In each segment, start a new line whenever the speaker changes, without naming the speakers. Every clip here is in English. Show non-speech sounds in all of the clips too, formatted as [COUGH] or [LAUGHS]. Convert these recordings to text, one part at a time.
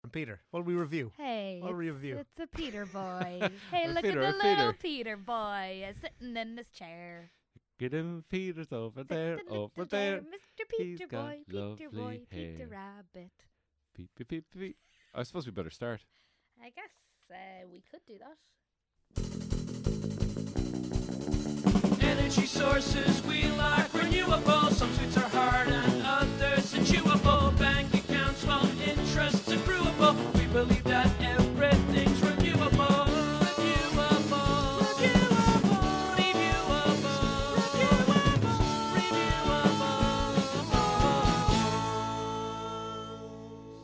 from Peter. What will we review?
Hey,
What
it's,
a review.
it's a
[LAUGHS]
Peter boy. hey,
A
look
Peter,
at
a
the
Peter.
little Peter boy uh, sitting in this chair.
Get him, Peter's over there,
Sitting in
over
the
there.
chair. Mr.
He's
Peter
got
boy, Peter
lovely
boy, Peter
hair.
Rabbit.
Peep, peep, peep, peep. I suppose we better start.
I guess uh, we could do that.
Energy sources we like renewable. Some sweets are hard and others are chewable. Bank accounts while interest accruable. We believe that everything's renewable. Reviewable. Reviewable. Reviewable.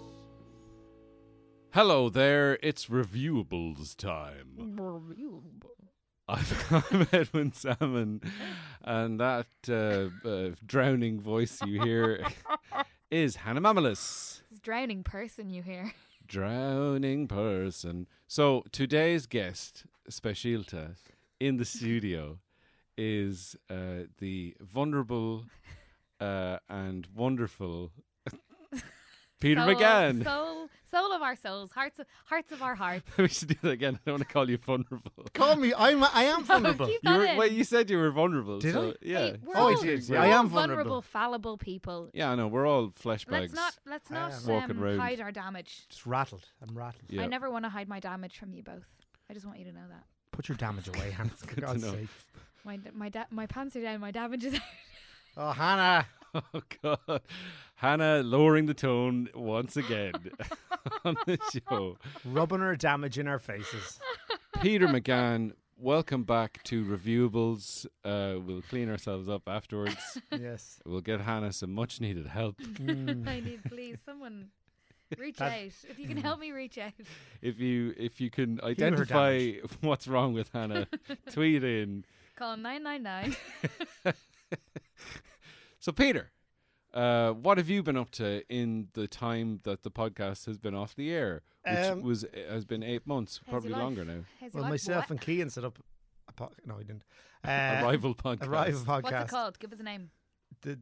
Hello there, it's reviewables time. I'm [LAUGHS] I'm Edwin Salmon, and that uh, uh, drowning voice you hear
[LAUGHS]
is Hannah Mamalus,
This drowning person you hear.
drowning person. So today's guest, Specialta, in the studio is uh, the vulnerable uh, and
[LAUGHS]
wonderful Peter
Soul-
McGann.
Soul, soul of our souls, hearts of, hearts of our hearts.
[LAUGHS] we should do that again. I don't want to call you vulnerable.
Call me. I'm. I
[LAUGHS]
am vulnerable.
Keep
You
that
were,
in.
well, you said you were vulnerable.
Did
so,
I?
Yeah.
Hey, we're
Oh, I
all-
did,
we're
yeah, I
all
am vulnerable.
fallible people.
yeah, I know. We're all flesh
Let's
bags.
not let's not
am.
Walking
um,
round.
hide our damage.
Just rattled. I'm rattled.
yeah.
I never want to hide my damage from you both. I just want you to know that.
Put your damage away,
[LAUGHS]
Hannah. For
to
God's
know.
sake.
My d- my da- my pants are down. My damage is [LAUGHS] out.
Oh, Hannah.
[LAUGHS] Oh, God. Hannah lowering the tone once again [LAUGHS] on the show.
Rubbing her damage in our faces.
Peter McGann, welcome back to Reviewables. Uh, we'll clean ourselves up
[LAUGHS]
afterwards.
[LAUGHS]
Yes.
We'll get Hannah some much
[LAUGHS]
needed help. Hmm.
I need please
[LAUGHS]
someone reach
That-
out if you can help me reach out.
If you if you can
her
identify [LAUGHS] what's wrong with
[LAUGHS]
Hannah, tweet in.
Call nine nine nine.
So, Peter, uh, what have you been up to in the time that the podcast has been off the air, which
Um,
was has been eight months, [LAUGHS] probably longer now?
Well, myself and Kean set up a po- No, he didn't. Uh,
a rival podcast.
A rival podcast.
What's it called? Give us a
[LAUGHS]
name.
The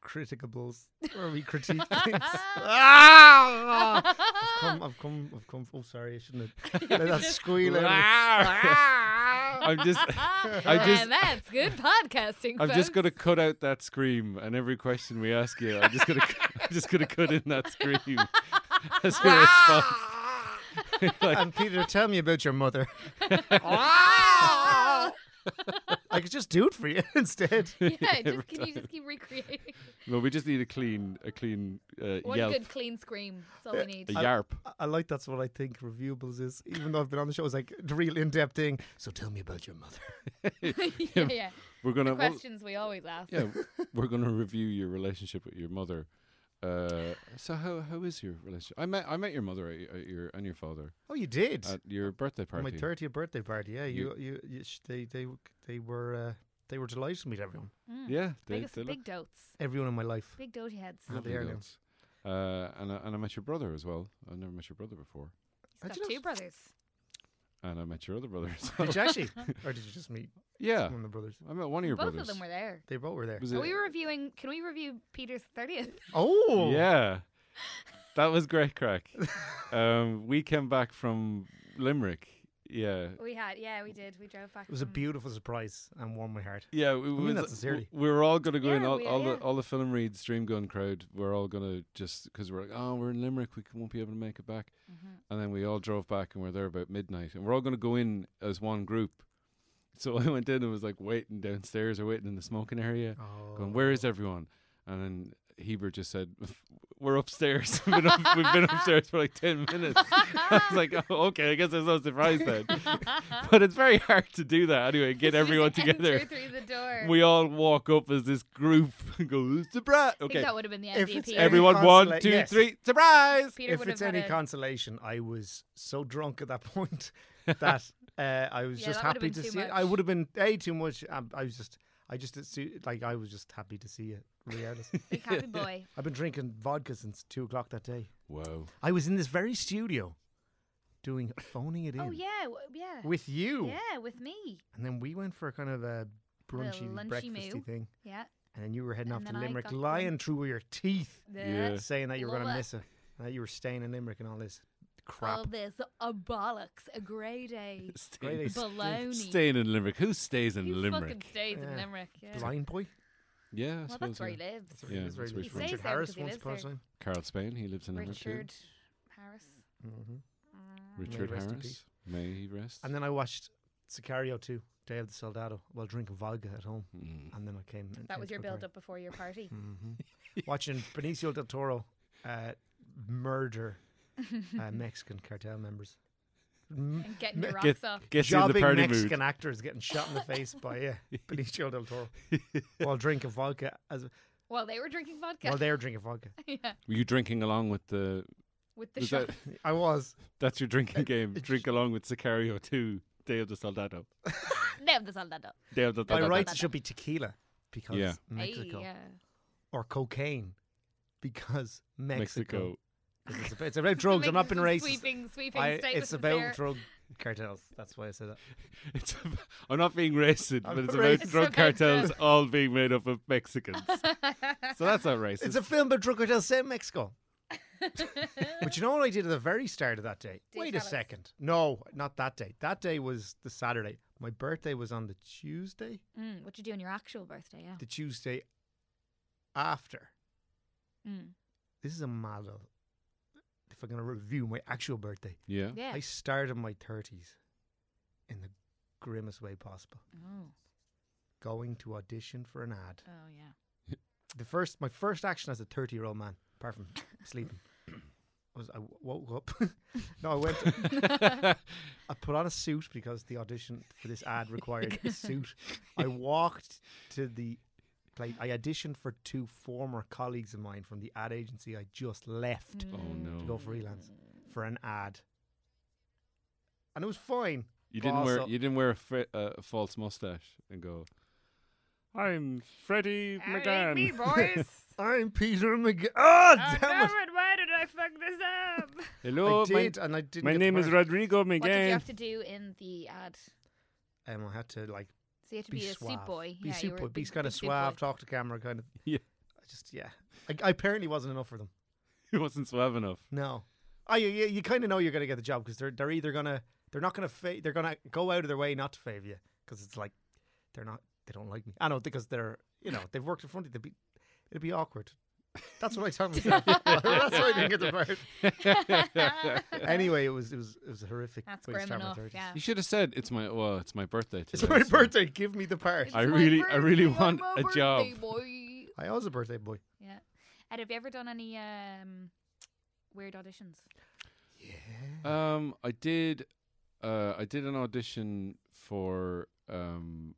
critical bulls where we critique things. I've come, I've come, I've come. Oh, sorry, I shouldn't have let that squeal out.
I'm
[LAUGHS]
just, [LAUGHS] I
and
just,
Ah, that's good [LAUGHS] podcasting.
I'm
folks.
just gonna cut out that scream, and every question we ask you, I'm [LAUGHS] just gonna, I'm just gonna cut in
[LAUGHS]
that scream as a response.
And Peter, tell me about your mother. I could just do it for you [LAUGHS] instead.
[LAUGHS]
yeah, just, can you just keep recreating?
No, we just need a clean, a clean uh,
One
yelp,
good clean scream. That's all we need.
a yarp.
I- I like that's what I think reviewables is. Even though I've been on the show, it's like the real in-depth thing. So tell me about your mother.
[LAUGHS]
[LAUGHS]
yeah, yeah.
We're gonna, well,
Questions we always ask. [LAUGHS]
yeah, we're gonna review your relationship with your mother. Uh, so how how is your relationship? I met I met your mother at, y- at your and your father
Oh, you did
at your birthday
on my
party.
thirtieth birthday party. Yeah, you,
You-
you, you sh- they, they, they were, uh, they were delighted to meet everyone.
Hmm.
Yeah, they,
Big,
they look
Mm. big dotes.
Everyone in my
[LAUGHS]
life.
Big doty heads.
Not
lovely
there now.
girls. Uh, and I, and I met your brother as well. I never met your brother before,
He's
you
got
know-
two brothers.
and I met your other brother as well.
Did you actually, or did you just meet
[LAUGHS] yeah,
one of the brothers?
I met one of your
Both
brothers.
of them were there.
They both were there.
Uh. Was
Are
it-
we reviewing? Can we review Peter's thirtieth? [LAUGHS]
Oh,
Yeah, that was great crack. um, we came back from Limerick. Yeah,
We had, yeah, we did. We drove back.
It was a
from-
beautiful surprise and warmed my heart.
Yeah, we,
mean
was-
that sincerely.
we were all going to go in.
Yeah,
All,
we-
all
yeah.
the all the film reads, Dreamgun crowd. We're all going to just because we're like, oh, we're in Limerick, we c- won't be able to make it back.
Mm-hmm.
And then we all drove back, and we're there about midnight, and we're all going to go in as one group. So [LAUGHS] I went in and was like waiting downstairs or waiting in the smoking area,
Oh.
going, "Where is everyone?" And then Heber just said, "We're upstairs. [LAUGHS] we've, been up, we've been upstairs for like ten minutes." [LAUGHS] I was like, "Oh, okay. I guess there's no surprise then." [LAUGHS] but it's very hard to do that anyway. Get
You [LAUGHS]
everyone
just enter
together
through the door.
we all walk up as this group [LAUGHS] and go, "Who's the brat?
I think
Okay.
that would have been the
If it's
MVP.
Everyone,
Any
one,
consolate-
two,
yes.
three, surprise!
Peter
if
would have
it's any
had a-
consolation, I was so drunk at that [LAUGHS]
[LAUGHS]
point that uh, I was
Yeah,
just
that would've
happy
been
to
too
see. It. I
much.
would have been a too much. Um, I was just, I just assu- like I was just happy to see it.
[LAUGHS]
Regardless,
Big
[LAUGHS]
happy boy.
I've been drinking vodka since two o'clock that day.
Whoa.
I was in this very studio, doing phoning it in
Oh yeah, w- yeah,
with you,
yeah, with me.
and then we went for a kind of a brunchy,
lunchy
breakfasty
moo.
thing,
Yeah.
and then you were heading
And
off to
then I
Limerick,
got
lying through your teeth,
The-
Yeah.
saying that you were
Love
going to
it.
miss it. Uh, you were staying in Limerick and all this
All
crap.
this a bollocks, a grey day.
Great
Staying,
idea.
Baloney.
staying in Limerick. Who stays in
Who
Limerick?
fucking stays
Yeah.
in Limerick? Yeah.
Blind boy.
Yeah, I
Well,
suppose.
that's where he
yeah.
lives.
That's where-
Yeah,
that's where
that's
he-
where he's
Richard
from.
Harris
He
once
lives
upon a
there.
time.
Carl Spain. He lives in Limerick. too.
Richard Harris.
Mm-hmm.
Uh,
Mhm.
Richard
rest in
Harris.
peace.
May he rest.
And then I watched Sicario 2, Day of the Soldado, while drinking vodka at home.
Mm.
And then I came. and
That
came
was
to
your
the party.
build up before your
[LAUGHS]
party.
Mm-hmm. watching Benicio del Toro uh, murder
[LAUGHS]
uh, Mexican cartel members. M-
and getting your
Get-
rocks off.
Gets you in the
Jobbing
party mood.
Mexican actors getting shot in the face by yeah,
[LAUGHS]
Benicio del Toro while drinking vodka as
While they were drinking vodka.
while they're drinking vodka.
yeah.
Were you drinking along with the?
With the
was
shot.
that,
I was
[LAUGHS]
that's
[LAUGHS]
your drinking game. Drink along with Sicario too. Day of the Soldado.
No, that's all that up.
Day of the
by
Soldado.
rights it should be tequila because
Yeah.
Mexico
yeah.
or cocaine because Mexico.
Mexico.
It's about, it's
[LAUGHS]
about drugs. I'm not being racist.
Sweeping, sweeping
I,
statements.
it's about
there.
drug cartels. That's why I said that.
It's ab- I'm not being racist,
I'm
[LAUGHS]
but it's
not racist.
about drug
It's about
cartels all being made up of
[LAUGHS]
Mexicans. so that's not racist.
It's a film about drug cartels set in Mexico. but you know what I did at the very start of that day?
Do
Wait a
tell us.
second. No, not that day. That day was the Saturday. My birthday was on the Tuesday.
Mm, what you do on your actual birthday? Yeah.
The Tuesday after.
Mm.
This is a model. If I'm going to review my actual birthday, [LAUGHS]
yeah. [LAUGHS]
Yeah.
I started my 30s in the grimmest way possible.
Oh.
Going to audition for an ad.
Oh yeah.
the first my first action as a 30 year old man apart from sleeping was I w- woke up [LAUGHS] no I went
Oh,
I put on a suit because the audition for this ad required
[LAUGHS]
a suit I walked to the place I auditioned for two former colleagues of mine from the ad agency I just left to
Oh no.
Mm.
go freelance for an ad and it was fine
You didn't wear
Also-
you didn't wear a, fre- uh, a false mustache and go. I'm Freddie
[LAUGHS]
McGann.
me, boys.
I'm Peter McG- oh
Ah,
oh,
damn it
Cameron, why did I fuck this up?
Hello,
I did and I didn't
Oh, my, my
get the
name is
part.
Rodrigo
What did you
McGann.
have to do in the ad?
um, I had to like
So you had to
be,
be, a
suave.
suit boy.
Be
yeah, you
suit
were a
boy. Be
big-
kind of
big suit
suave.
boy.
Talk to camera, kind of.
Yeah.
I just yeah. I, I apparently wasn't enough for them.
[LAUGHS] He wasn't suave enough.
No. I you, you kind of know you're gonna get the job because they're they're either gonna they're not gonna fa- they're gonna go out of their way not to fave you because it's like they're not they don't like me. I know because they're you know they've worked in front of you. They'd Be, it'd be awkward. That's what I told
[LAUGHS]
myself. That's why I didn't get the part. anyway, it was it was it was a horrific.
[LAUGHS] That's
[LAUGHS] way to
grim
start my
enough.
30s.
Yeah.
You should have said it's my well, it's my birthday today.
It's my
so
birthday. Give me the
[LAUGHS]
part.
I really, I really want a job.
I was a birthday boy.
Yeah. Ed, have you ever done any um, weird auditions?
Um, I did, uh, I did an audition for um,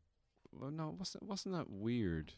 well, no, it wasn't wasn't that weird,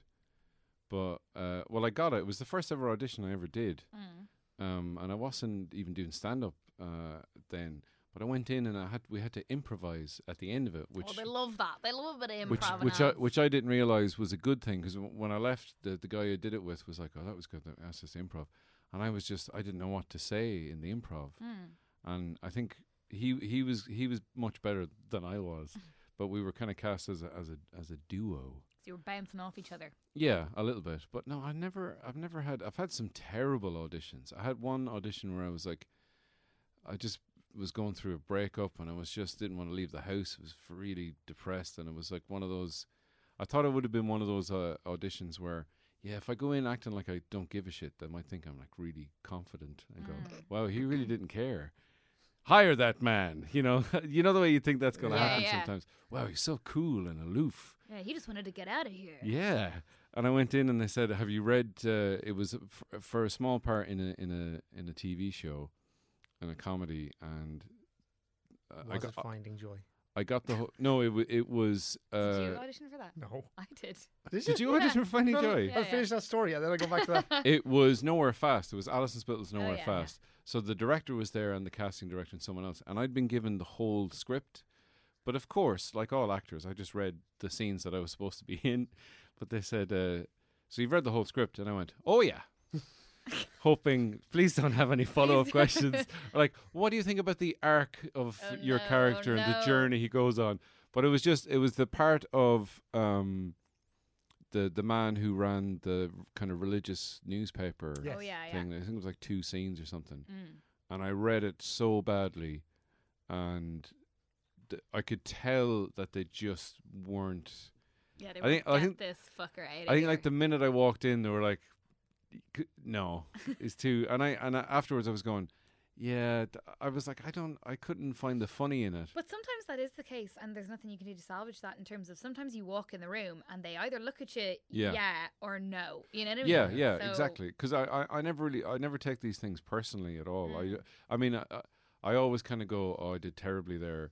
but uh, well, I got it. It was the first ever audition I ever did.
Mm.
Um, and I wasn't even doing stand up uh then, but I went in and I had we had to improvise at the end of it, which
oh, they love that. They love a bit of improv.
which
and
which I,
ads.
which I didn't realize was a good thing because when I left, the the guy I did it with was like, "Oh, that was good. That- That's just improv," and I was just I didn't know what to say in the improv,
Hmm.
and I think he he was he was much better than I was, but we were kind of cast as a as a as a duo.
So you were bouncing off each other.
Yeah, a little bit, but no, I never I've never had I've had some terrible auditions. I had one audition where I was like, I just was going through a breakup and I was just didn't want to leave the house. I was f- really depressed and it was like one of those. I thought it would have been one of those uh, auditions where, yeah, if I go in acting like I don't give a shit, they might think I'm like really confident and go,
Mm.
wow, he really didn't care. Hire that man, you know. [LAUGHS] you know the way you think that's going to
Yeah,
happen
yeah.
sometimes. Wow, he's so cool and aloof.
Yeah, he just wanted to get out of here.
Yeah. And I went in and they said, "Have you read?" Uh, it was f- for a small part in a in a in a TV show, in a comedy, and uh, I
Was
got
it finding joy?
I got the whole, no. It w- it was. Uh,
did you audition for that? Oh,
No.
I did.
Did
[LAUGHS] did you audition for Finding
[LAUGHS] No, no,
Joy?
I'll finish that story and then I'll go back to that.
[LAUGHS]
[LAUGHS] It was Nowhere Fast. It was Alison Spittle's Nowhere
Oh, yeah, yeah.
Fast. So the director was there and the casting director and someone else, and I'd been given the whole script. But of course, like all actors, I just read the scenes that I was supposed to be [LAUGHS] in. But they said, uh, "So you've read the whole script?" And I went, "Oh yeah." [LAUGHS] Hoping, please don't have
[LAUGHS]
any follow up questions. or like, what do you think about the arc of
Oh,
your
no, oh,
character and the
no.
journey he goes on? But it was just, it was the part of um, the the man who ran the r- kind of religious newspaper
Yes.
Oh yeah, yeah.
thing. I think it was like two scenes or something,
Mm.
and I read it so badly, and th- I could tell that they just weren't.
Yeah, they
I
were
think- I
get
think-
this fucker out.
I think like the minute I walked in, they were like, "C-
[LAUGHS]
"No, it's too." And I and I, afterwards I was going, "Yeah," th- I was like, "I don't, I couldn't find the funny in it."
But sometimes that is the case, and there's nothing you can do to salvage that. In terms of sometimes you walk in the room and they either look at you,
Yeah.
yeah, or no. You know what I mean?
Yeah, yeah,
So-
exactly. Because I, I, I never really, I never take these things personally at all.
Mm.
I, I mean, I, I- I always kind of go, "Oh, I did terribly there,"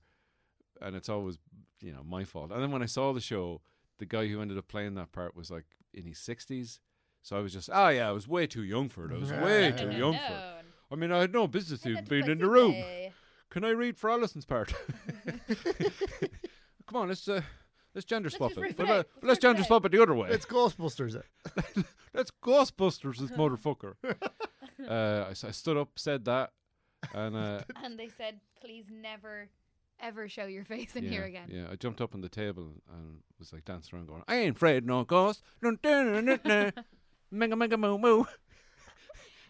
and it's always, you know, my fault. And then when I saw the show, the guy who ended up playing that part was like in his sixties. So I was just, oh yeah, I was way too young for it. I was way
Yeah.
too
No,
young for it. I mean, I had no business even being in the room. Can I read for
[LAUGHS]
Alison's part? [LAUGHS] Come on, let's uh, let's gender swap
just
it.
rip it
But,
out.
uh,
Let's
let's
rip it
gender
out.
swap it the other way.
It's Ghostbusters. it.
Let's
[LAUGHS]
Ghostbusters this motherfucker. uh, I s- I, stood up, said that,
[LAUGHS]
and uh,
And they said, please never, ever show your face in
yeah,
here again.
yeah, I jumped up on the table and was like dancing around, going, "I ain't afraid of no ghost." [LAUGHS] Dun, dun, dun, dun, dun. Mega mega
[LAUGHS]
moo moo. [LAUGHS]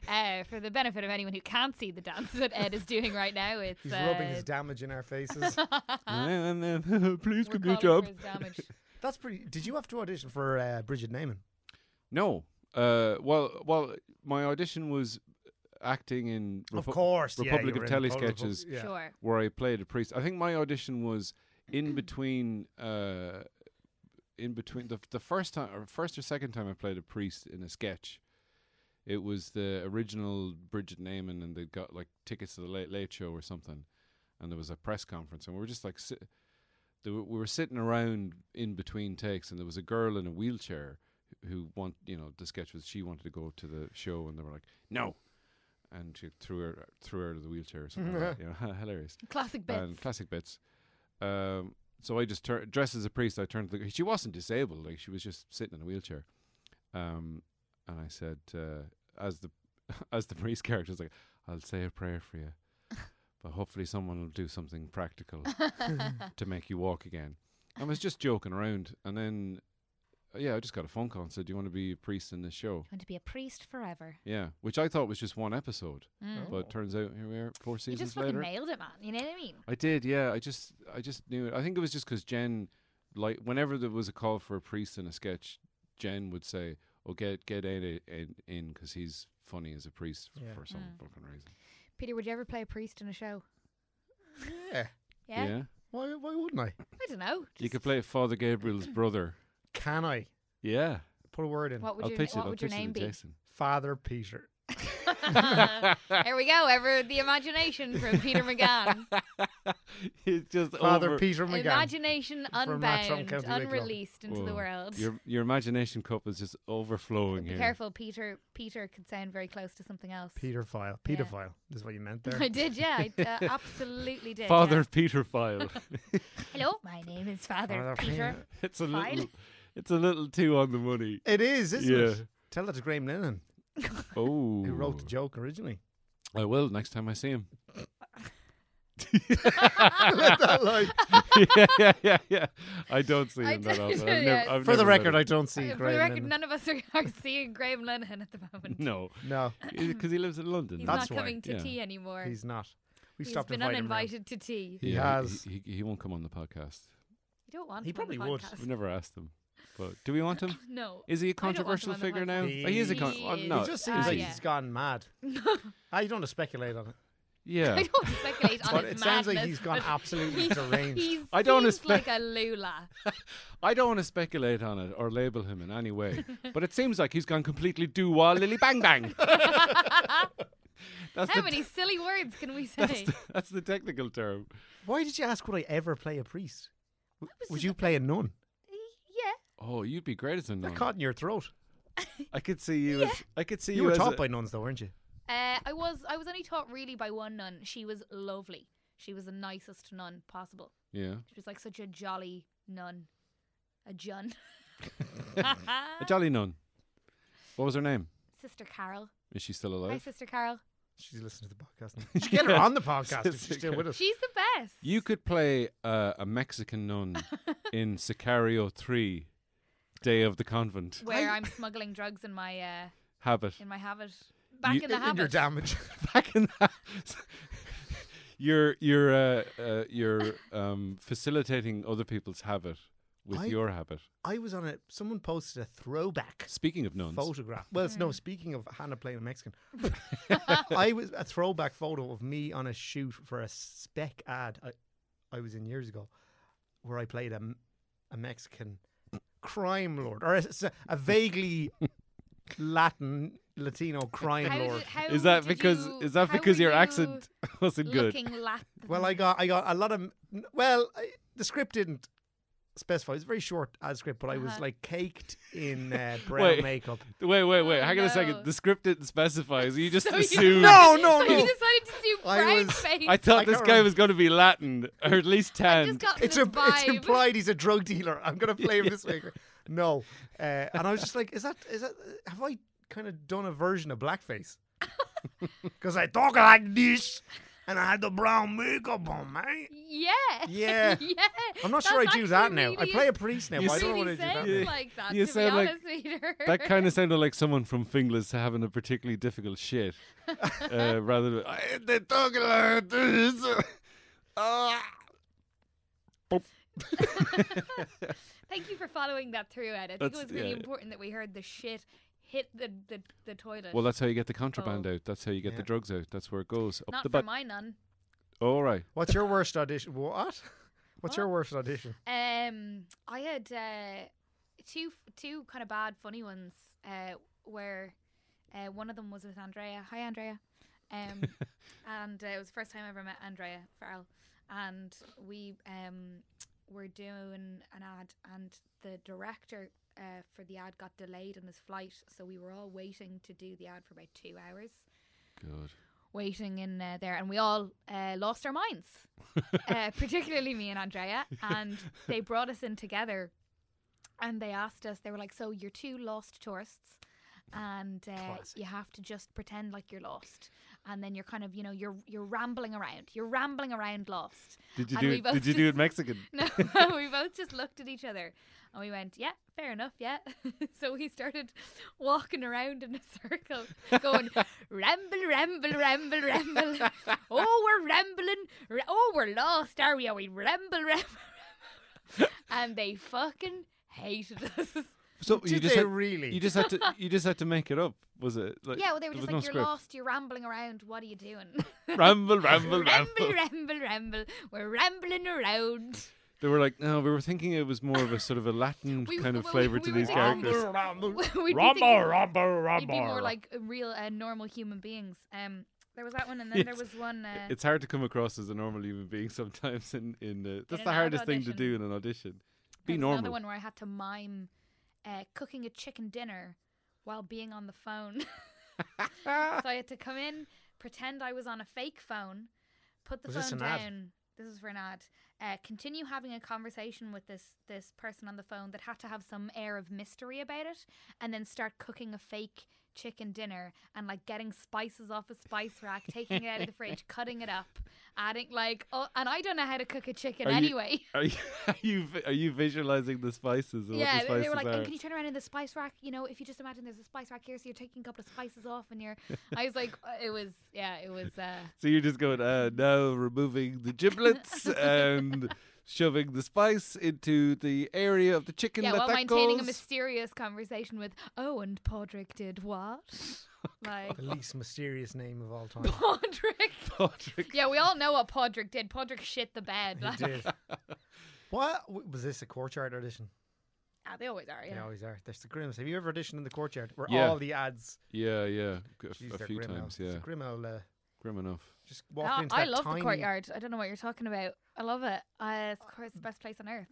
Uh, for the benefit of anyone who can't see the dance that Ed is doing right now, it's
He's
uh,
rubbing his damage in our faces.
Please
we're
give me a
calling
job.
for his
[LAUGHS]
damage.
That's pretty. Did you have to audition for uh, Bridget Naiman?
No. Uh, well, well, my audition was acting in Repu-
of course, yeah,
Republic
you
of
were in
Telly
Republic of-
Sketches,
yeah.
Sure.
where I played a priest. I think my audition was in between, uh, in between the the first time or first or second time I played a priest in a sketch. It was the original Bridget Naiman, and they got like tickets to the Late Late Show or something, and there was a press conference, and we were just like, si- there, we were sitting around in between takes, and there was a girl in a wheelchair who want you know the sketch was she wanted to go to the show, and they were like, no, and she threw her threw her out of the wheelchair or something. like that, you know, [LAUGHS] hilarious
Classic bits.
and classic bits. Um, so I just tur- dressed as a priest. I turned to the she wasn't disabled; like she was just sitting in a wheelchair. Um, and I said, uh, as the [LAUGHS] as the priest character, I was like, "I'll say a prayer for you,
[LAUGHS]
but hopefully someone will do something practical [LAUGHS] to make you walk again." I was just joking around, and then uh, yeah, I just got a phone call and said, "Do you want to be a priest in this show?"
You want to be a priest forever.
Yeah, which I thought was just one episode,
Mm.
but turns out here we are four
You just
seasons
fucking
later.
nailed it, man. You know what I mean?
I did, yeah. I just, I just knew it. I think it was just because Jen, like, whenever there was a call for a priest in a sketch, Jen would say, "Oh, get get Ed i- in in because he's funny as a priest f-
Yeah.
for some
Mm.
fucking reason."
Peter, would you ever play a priest in a show?
Yeah.
Yeah.
Why? Why wouldn't I?
I don't know.
you could play
[CLEARS THROAT]
Father Gabriel's brother.
Can I
Yeah,
put a word in?
What would
I'll
your
pitch
na-
it.
what
I'll
would
pitch
your
it
name
to
be?
Jason. [LAUGHS]
Father Peter.
[LAUGHS] there we go. Ever the imagination from Peter
[LAUGHS]
McGann.
It's just
Father
over-
Peter McGann.
imagination
uh,
From Matt from
unbound,
County Wicklow.
unreleased into the
Whoa.
world.
Your your imagination cup is just overflowing
Be
here.
careful, Peter. Peter could sound very close to something else.
Peter file.
Yeah.
Pedophile. Is what you meant there.
I [LAUGHS] did, yeah.
[LAUGHS]
I uh, absolutely did. yeah.
Father Peter File. [LAUGHS]
Hello, my name is Father,
Father
Peter.
it's a
File.
little, it's a little too on
[LAUGHS]
the money.
It is, isn't
Yeah.
it? Tell that to Graham Lennon,
Oh,
who wrote the joke
[LAUGHS]
originally.
I will next time I see him.
Like,
[LAUGHS] yeah, yeah, yeah, yeah. I don't see
I
him that
don't-
often. I've
yeah,
never,
[LAUGHS]
I've
for the
never met
record,
him.
I don't see
Uh, For
Graham
the record,
Lennon.
none of us are, are seeing Graham Lennon at the moment.
[LAUGHS] no,
No,
because he lives in London.
He's
now.
That's
not
why,
coming to
yeah.
tea anymore.
he's not. We
He's
stopped
been
inviting him. around.
uninvited to tea.
He
Yeah,
has.
He, he, he won't come on the podcast.
You don't want
He
him on the
probably would.
podcast.
We've never asked him. But do we want him?
No.
Is he a
I don't want him
controversial
on the
figure now?
podcast.
Oh, he is a con-
He
oh,
is.
no.
It just
Ah,
seems like
yeah. [LAUGHS]
he's gone mad. I don't want to speculate on it,
[LAUGHS]
Yeah.
I don't want to
[LAUGHS]
speculate on
but
his
it sounds like he's
madness,
gone
but
absolutely
he-
deranged. [LAUGHS]
he
I don't
seems
expect-
like a lula.
I don't want to speculate on it or label him in
[LAUGHS]
any way. but it seems like he's gone completely doo wah lily bang bang. that's,
How
the,
many silly words can
[LAUGHS]
we say?
that's the technical term.
Why did you ask would I ever play a priest? W-
was
Would
just
you play a nun?
Yeah.
Oh, you'd be great as a
That
nun.
caught in your throat.
I could see you. As, I could see
You,
you,
were
as
taught
a,
by nuns, though, weren't you?
Uh, I was I was only taught really by one nun. She was lovely. She was the nicest nun possible.
yeah.
She was like such a jolly nun.
[LAUGHS]
A jun. [LAUGHS]
A jolly nun. What was her name?
Sister Carol.
Is she still
Hi,
alive?
Sister Carol.
She's listening to the podcast. Now. You should get her [LAUGHS] on the podcast if
Sister
she's still with us.
She's the best. [LAUGHS]
You could play uh, a Mexican nun in Sicario 3 day of the convent
where I'm smuggling drugs in my uh, [LAUGHS]
habit.
in my habit. Back
You-
in the
in your
habit.
damage. [LAUGHS]
Back in that. [LAUGHS] You're you're uh, uh, you're um, facilitating other people's habit with
I-
your habit.
I was on a. Someone posted a throwback
Speaking of nuns,
photograph. Well, it's
Hmm.
no. Speaking of Hannah playing a
[LAUGHS]
Mexican, [LAUGHS] I was a throwback photo of me on a shoot for a spec ad I, I was in years ago, where I played a, M- a Mexican crime lord or a, s- a vaguely Latin Latino crime
How did-
lord.
[LAUGHS] how
is that
did
because
you-
is that
how
because
were
your
you
accent [LAUGHS] wasn't good?
Looking lat-
[LAUGHS] Well, I got I got a lot of n- well, I, the script didn't specify. It's a very short ad script, but I was
Uh-huh.
like caked in uh, brown
Wait.
makeup.
Wait, wait, wait.
Oh,
Hang on a
no.
second. The script didn't specify.
[LAUGHS]
So you just
So you-
assumed.
No, oh, no,
so [LAUGHS] you
no.
decided to do
I
brown
was-
face.
I thought
I
this
can't
guy
remem-
was going to be Latin or at least
I
tan.
just got
It's,
this
a,
vibe.
it's implied he's a drug dealer. I'm gonna play him this way. No, uh, and I was just like, is that is that have I kind of done a version of blackface? Because I talk like this, and I had the brown makeup on, man.
Yeah. [LAUGHS]
Yeah.
yeah.
I'm not sure I
That's
do that
actually
now. I
really
play a priest now.
You
but I
see
don't
really
want to do that.
sounds
now.
like that.
You
to be
sound like-
honest, Peter.
That kind of sounded like someone from Finglas having a particularly
[LAUGHS]
difficult shit, uh, rather than "I- they talk like
[LAUGHS]
this.
uh,
Ah.
Thank you for following that through, Ed. I think it
That's-
was really
yeah.
important that we heard the shit hit the the, the toilet.
Well, that's how you get the contraband
Oh.
out. That's how you get
Yeah.
the drugs out. That's where it goes up
not
the
for
butt.
my nun.
All right.
What's your worst audition? What? What's your worst audition?
Um, I had uh, two two kind of bad funny ones. Uh, where uh, one of them was with Andrea. Hi, Andrea.
[LAUGHS]
Um, and uh, it was the first time I ever met Andrea Farrell, and we um were doing an ad, and the director. Uh, for the ad got delayed on his flight, so we were all waiting to do the ad for about two hours.
Good.
waiting in uh, there, and we all uh, lost our minds, uh, particularly me and Andrea. And they brought us in together, and they asked us. They were like, "So you're two lost tourists." And uh,
Classic.
you have to just pretend like you're lost, and then you're kind of, you know, you're you're rambling around. You're rambling around lost.
Did you
And
do
we
it?
both
Did you
[LAUGHS]
do it Mexican?
No, we both just looked at each other and we went, yeah, fair enough, yeah. [LAUGHS] so we started walking around in a [LAUGHS] circle, going, ramble, ramble, ramble, ramble. Oh, we're rambling. Ra- oh, we're lost, are we? Are we ramble, ramble? and they fucking hated us.
So you
Did
just
they
had, [LAUGHS]
really?
you just had to you just had to make it up. Was it? Like,
yeah, well, they were
there
just like,
was no
you're
script.
lost, you're rambling around, what are you doing? [LAUGHS]
Ramble, ramble,
ramble,
ramble.
ramble, ramble. We're rambling around.
They were like, no, we were thinking it was more of a sort of a Latin
We-
kind of
well, we-
flavour to
we were
these
thinking-
characters.
[LAUGHS] We'd be thinking- You'd be more like a real uh, normal human beings. Um, there was that one, and then there
Yes.
was one. Uh,
It's hard to come across as a normal human being sometimes. In in uh, that's
an
the
ad
hardest thing to
audition.
do in an audition.
there
Be
was Another
normal.
one where I had to mime uh, cooking a chicken dinner while being on the phone. [LAUGHS] so I had to come in, pretend I was on a fake phone, put the
Was this
phone
an ad?
down. This is for an ad. Uh, continue having a conversation with this this person on the phone that had to have some air of mystery about it, and then start cooking a fake chicken dinner and like getting spices off a spice rack, taking it out of the fridge, cutting it up, adding like oh, and I don't know how to cook a chicken
Are you-
anyway.
Are you [LAUGHS] are you, vi- are you visualizing the spices? And
Yeah,
what
they-
the spices
they were like,
are?
and can you turn around in the spice rack? You know, if you just imagine there's a spice rack here, so you're taking a couple of spices off, and you're. I was like, uh, it was, yeah, it was. Uh,
So you're just going uh, now, removing
[LAUGHS]
the giblets and shoving the spice into the area of the chicken.
yeah,
that
while
that
maintaining a
goes.
mysterious conversation with, oh, and Podrick did what? [LAUGHS] like,
the least mysterious name of all [LAUGHS] time.
Podrick.
[LAUGHS] Patrick.
Yeah, we all know what Podrick did. Podrick shit the bed.
He [LAUGHS]
Like,
did. What w- was this a courtyard audition?
ah, they always are,
They
yeah.
always are. There's the Grims. Have you ever auditioned in the courtyard? Where
Yeah.
all the ads,
Yeah, yeah, g- a f-
jeez,
a
they're
few
grim. now.
times. Yeah,
It's grim old, uh,
grim enough.
just walking
Ah,
into
I
that
love
tiny-
the courtyard. I don't know what you're talking about. I love it. Uh, it's, of course, the best place on earth.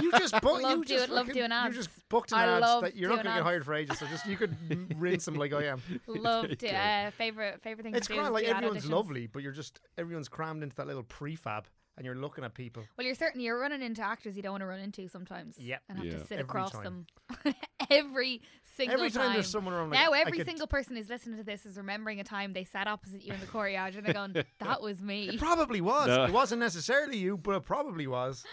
You just
[LAUGHS]
booked.
Love
you
do it,
just
love
fucking-
doing ads.
You just booked an
I
ad
love
that you're not
doing
going to get
ads.
hired for ages. So just you
[LAUGHS]
could m- rinse them like I am.
Loved
you
it.
go.
Uh, favorite favorite thing
It's
to do.
kind
is
of like
do ad
everyone's
auditions.
lovely, but you're just everyone's crammed into that little prefab, and you're looking at people.
Well, you're certain you're running into actors you don't want to run into sometimes.
Yep.
And have
Yeah.
to sit
Every
across
time.
them [LAUGHS] every single
Every time,
time.
there's someone around. Like,
now
I
every
could-
single person who's listening to this is remembering a time they sat opposite you in the courtyard and they're
[LAUGHS]
going, "That was me.
It
[LAUGHS]
probably was.
No.
It wasn't
[LAUGHS]
necessarily you, but it probably was.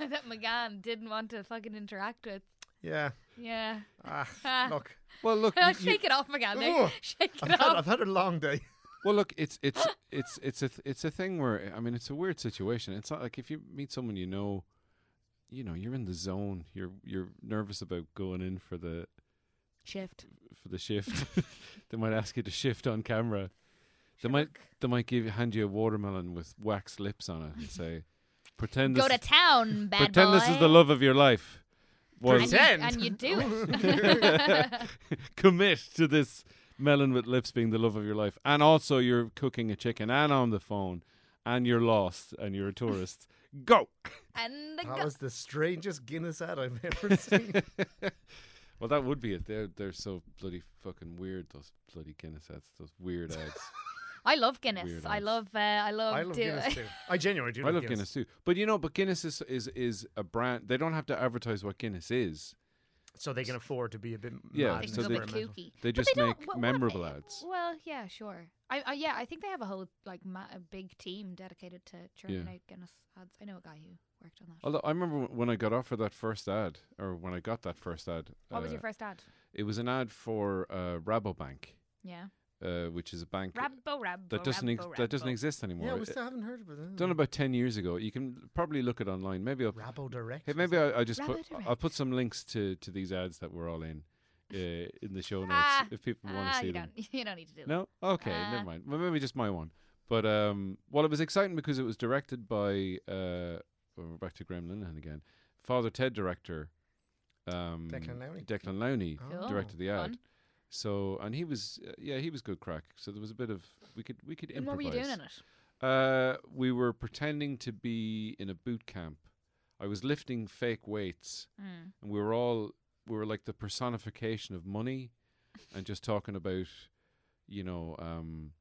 that McGann didn't want to fucking interact with."
Yeah. [LAUGHS]
Yeah.
Ah, look.
[LAUGHS]
Well, look, you- you-
Shake it off, McGandy.
Ugh.
[LAUGHS] Shake
[LAUGHS] I've had,
it off.
I've had a long day.
well, look, it's
[LAUGHS]
it's it's it's a th- it's a thing where I mean, it's a weird situation. It's not like if you meet someone you know, you know, you're in the zone. You're you're nervous about going in for the
Shift.
for the shift. [LAUGHS] they might ask you to shift on camera. They might they might give you hand you a watermelon with wax lips on it and say, "Pretend
Go
this
to
is- [LAUGHS]
town, bad
pretend
boy.
this is the love of your life." Well,
and you,
Pretend.
and you
[LAUGHS]
do [LAUGHS] it.
[LAUGHS] commit to this melon with lips being the love of your life, and also you're cooking a chicken and on the phone, and you're lost and you're a tourist. Go.
And
[LAUGHS]
the
That
go-
was the strangest Guinness ad I've ever [LAUGHS] seen.
Well, that would be it. They're they're so bloody fucking weird. Those bloody Guinness ads. Those weird ads.
I love Guinness.
Weird
I
odds.
love. Uh, I love.
I love
do- [LAUGHS]
Guinness too. I genuinely do.
I love Guinness. too, but you know, but Guinness is, is is a brand. They don't have to advertise what Guinness is.
So they can afford to be a bit. mad
Yeah,
They
and
can
so
go a
they-
bit
experimental.
kooky.
They
But
just
don't-
make
wha- what-
memorable
eh,
ads.
Well, yeah, sure. I, I yeah, I think they have a whole like ma- a big team dedicated to churning
Yeah.
out Guinness ads. I know a guy who worked on that.
Although I remember wh- when I got offered that first ad, or when I got that first ad,
what was
uh,
your first ad?
It was an ad for uh, Rabobank,
Yeah, oh,
uh, which is a bank
Rabbo Rabbo.
that doesn't
Rabbo,
ex- that doesn't
Rabbo.
exist anymore.
Yeah, we
It-
still haven't heard of it.
done about ten years ago. You can probably look it online. Maybe I'll
Rabo Direct.
hey,
is
maybe
it?
I, I just put
Rabodirect.
I'll put some links to to these ads that we're all in uh, in the show notes
[LAUGHS] Ah,
if people want to
Ah,
see
you
them.
don't. [LAUGHS] You don't need to do that.
No, okay,
Ah.
never mind. Well, maybe just my one. But um, well, it was exciting because it was directed by uh, well, we're back to Gremlin and again, Father Ted director, um,
Declan Lowney.
Declan Lowney
Oh.
Cool.
directed the ad.
Oh, Fun.
So and he was uh, yeah he was good crack. So there was a bit of we could we could
And what were
improvise.
you doing in it?
Uh, we were pretending to be in a boot camp. I was lifting fake weights,
Mm.
and we were all we were like the personification of money, and just talking about, you know, um,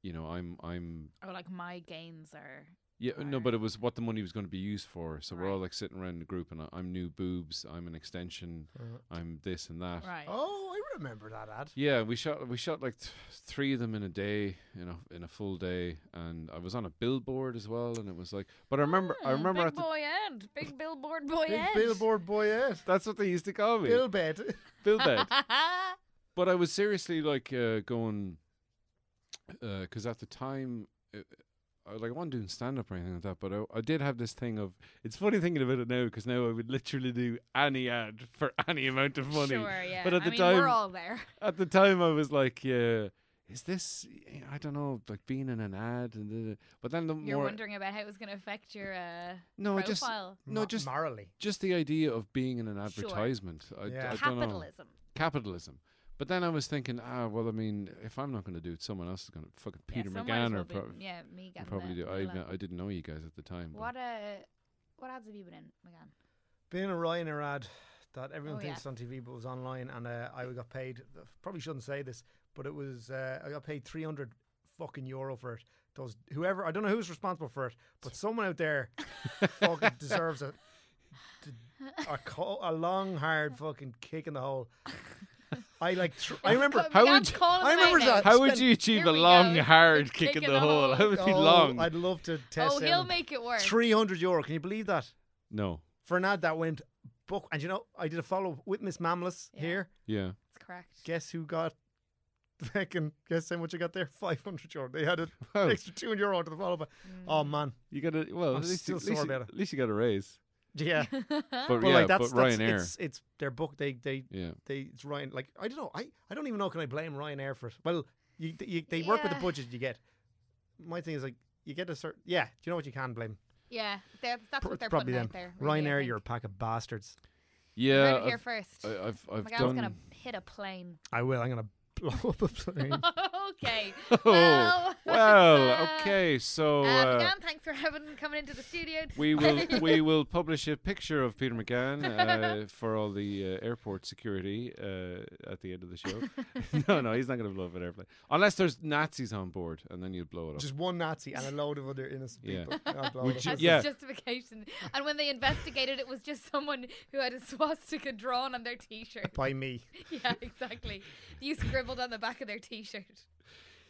you know, I'm I'm
Oh, like my gains are.
yeah no,
Right.
but it was what the money was going to be used for. So we're all
Right.
like sitting around in a group, and I, I'm new boobs, I'm an extension,
Uh,
I'm this and that.
Right.
Oh, I remember that ad.
Yeah, we shot we shot like th- three of them in a day, you know, in a full day, and I was on a billboard as well, and it was like, but I remember I
Mm,
remember
Big
at the
boy ad.
[LAUGHS]
Big billboard boy
Big
ad. [LAUGHS]
billboard boy ad.
That's what they used to call me.
Bill bed.
Billbed. but I was seriously like uh, going, because at the time, uh, I, like I wasn't doing stand up or anything like that, but I, I did have this thing of, it's funny thinking about it now, because now I would literally do any ad for [LAUGHS] any amount of money.
Sure, yeah.
But at
I
the
mean,
time,
we're all there.
at the time I was like, yeah, is this, I don't know, like being in an ad? And da- da- but then the
You're
more,
wondering about how it was going to affect your uh,
no, I just,
profile.
no,
Ma-
just,
morally.
just the idea of being in an
Sure.
advertisement. I,
Yeah.
I don't know.
Capitalism.
capitalism. But then I was thinking, ah, well, I mean, if I'm not going to do it, someone else is going to. Fucking Peter
yeah, someone
McGann
will
or
be-
pro-
yeah, me
will
getting
probably
that.
do. I,
Well,
didn't-
uh,
I didn't know you guys at the time. but-
What uh, what ads have you been in, McGann?
Being a Ryanair ad that everyone
Oh, yeah.
thinks is on TV but was online, and uh, I got paid. Probably shouldn't say this, but it was uh, I got paid three hundred fucking euro for it. Those whoever I don't know who's responsible for it, but someone out
[LAUGHS]
there fucking deserves a a, co- a long hard fucking kick in the hole. I like. Tr- I
[LAUGHS] uh,
remember.
How would you-
I remember
Oh,
that.
How would
spend-
you achieve
Here
a
we
long,
go.
hard
Kick
kick, in the hole? How would it be
Oh,
long?
I'd love to test.
Oh, he'll make it work.
three hundred euro. Can you believe that?
no.
For an ad that went book, and you know, I did a follow up with Miss Mamless
Yeah.
here.
Yeah.
It's correct.
guess who got fucking guess how much I got there? [LAUGHS] Five hundred euro. They had an
Wow.
extra two hundred euro to the follow up. [LAUGHS] Oh
Mm.
man.
You got to. Well,
I'm
at least,
still
you, at,
sore
least you,
about it.
at least you got a raise.
[LAUGHS]
Yeah.
But,
But
yeah,
like that's,
but
that's
Ryanair.
It's, it's their book. They they
yeah.
they it's Ryan like I don't know. I, I don't even know can I blame Ryanair for it. Well you, th- you they work with the
Yeah.
budget you get. My thing is like you get a certain yeah, do you know what you can blame?
yeah, they're, that's
Pro-
what they're
probably
putting
them.
out there. really, I
Ryanair,
think.
you're a pack of bastards.
You
Yeah.
heard it here
I've-
first.
I, I've I've
McGann's
done.
gonna hit a
[LAUGHS]
plane.
I will, I'm gonna [LAUGHS] blow up a
[LAUGHS]
plane.
okay.
Oh,
Well, [LAUGHS]
well,
uh,
okay. So.
Uh,
Uh,
McGann, thanks for having coming into the studio.
[LAUGHS] we will we will publish a picture of Peter McGann uh, for all the uh, airport security uh, at the end of the [LAUGHS] show. no, no, he's not going to blow up an airplane unless there's Nazis on board, and then you'll blow it up.
Just one Nazi and a load of other innocent
Yeah.
people. I'll blow
Would
it up.
you-
That's
yeah.
his justification. And when they investigated, it was just someone who had a swastika drawn on their
[LAUGHS]
T-shirt. [LAUGHS]
by me.
yeah, exactly. You scribbled on the back of their T-shirt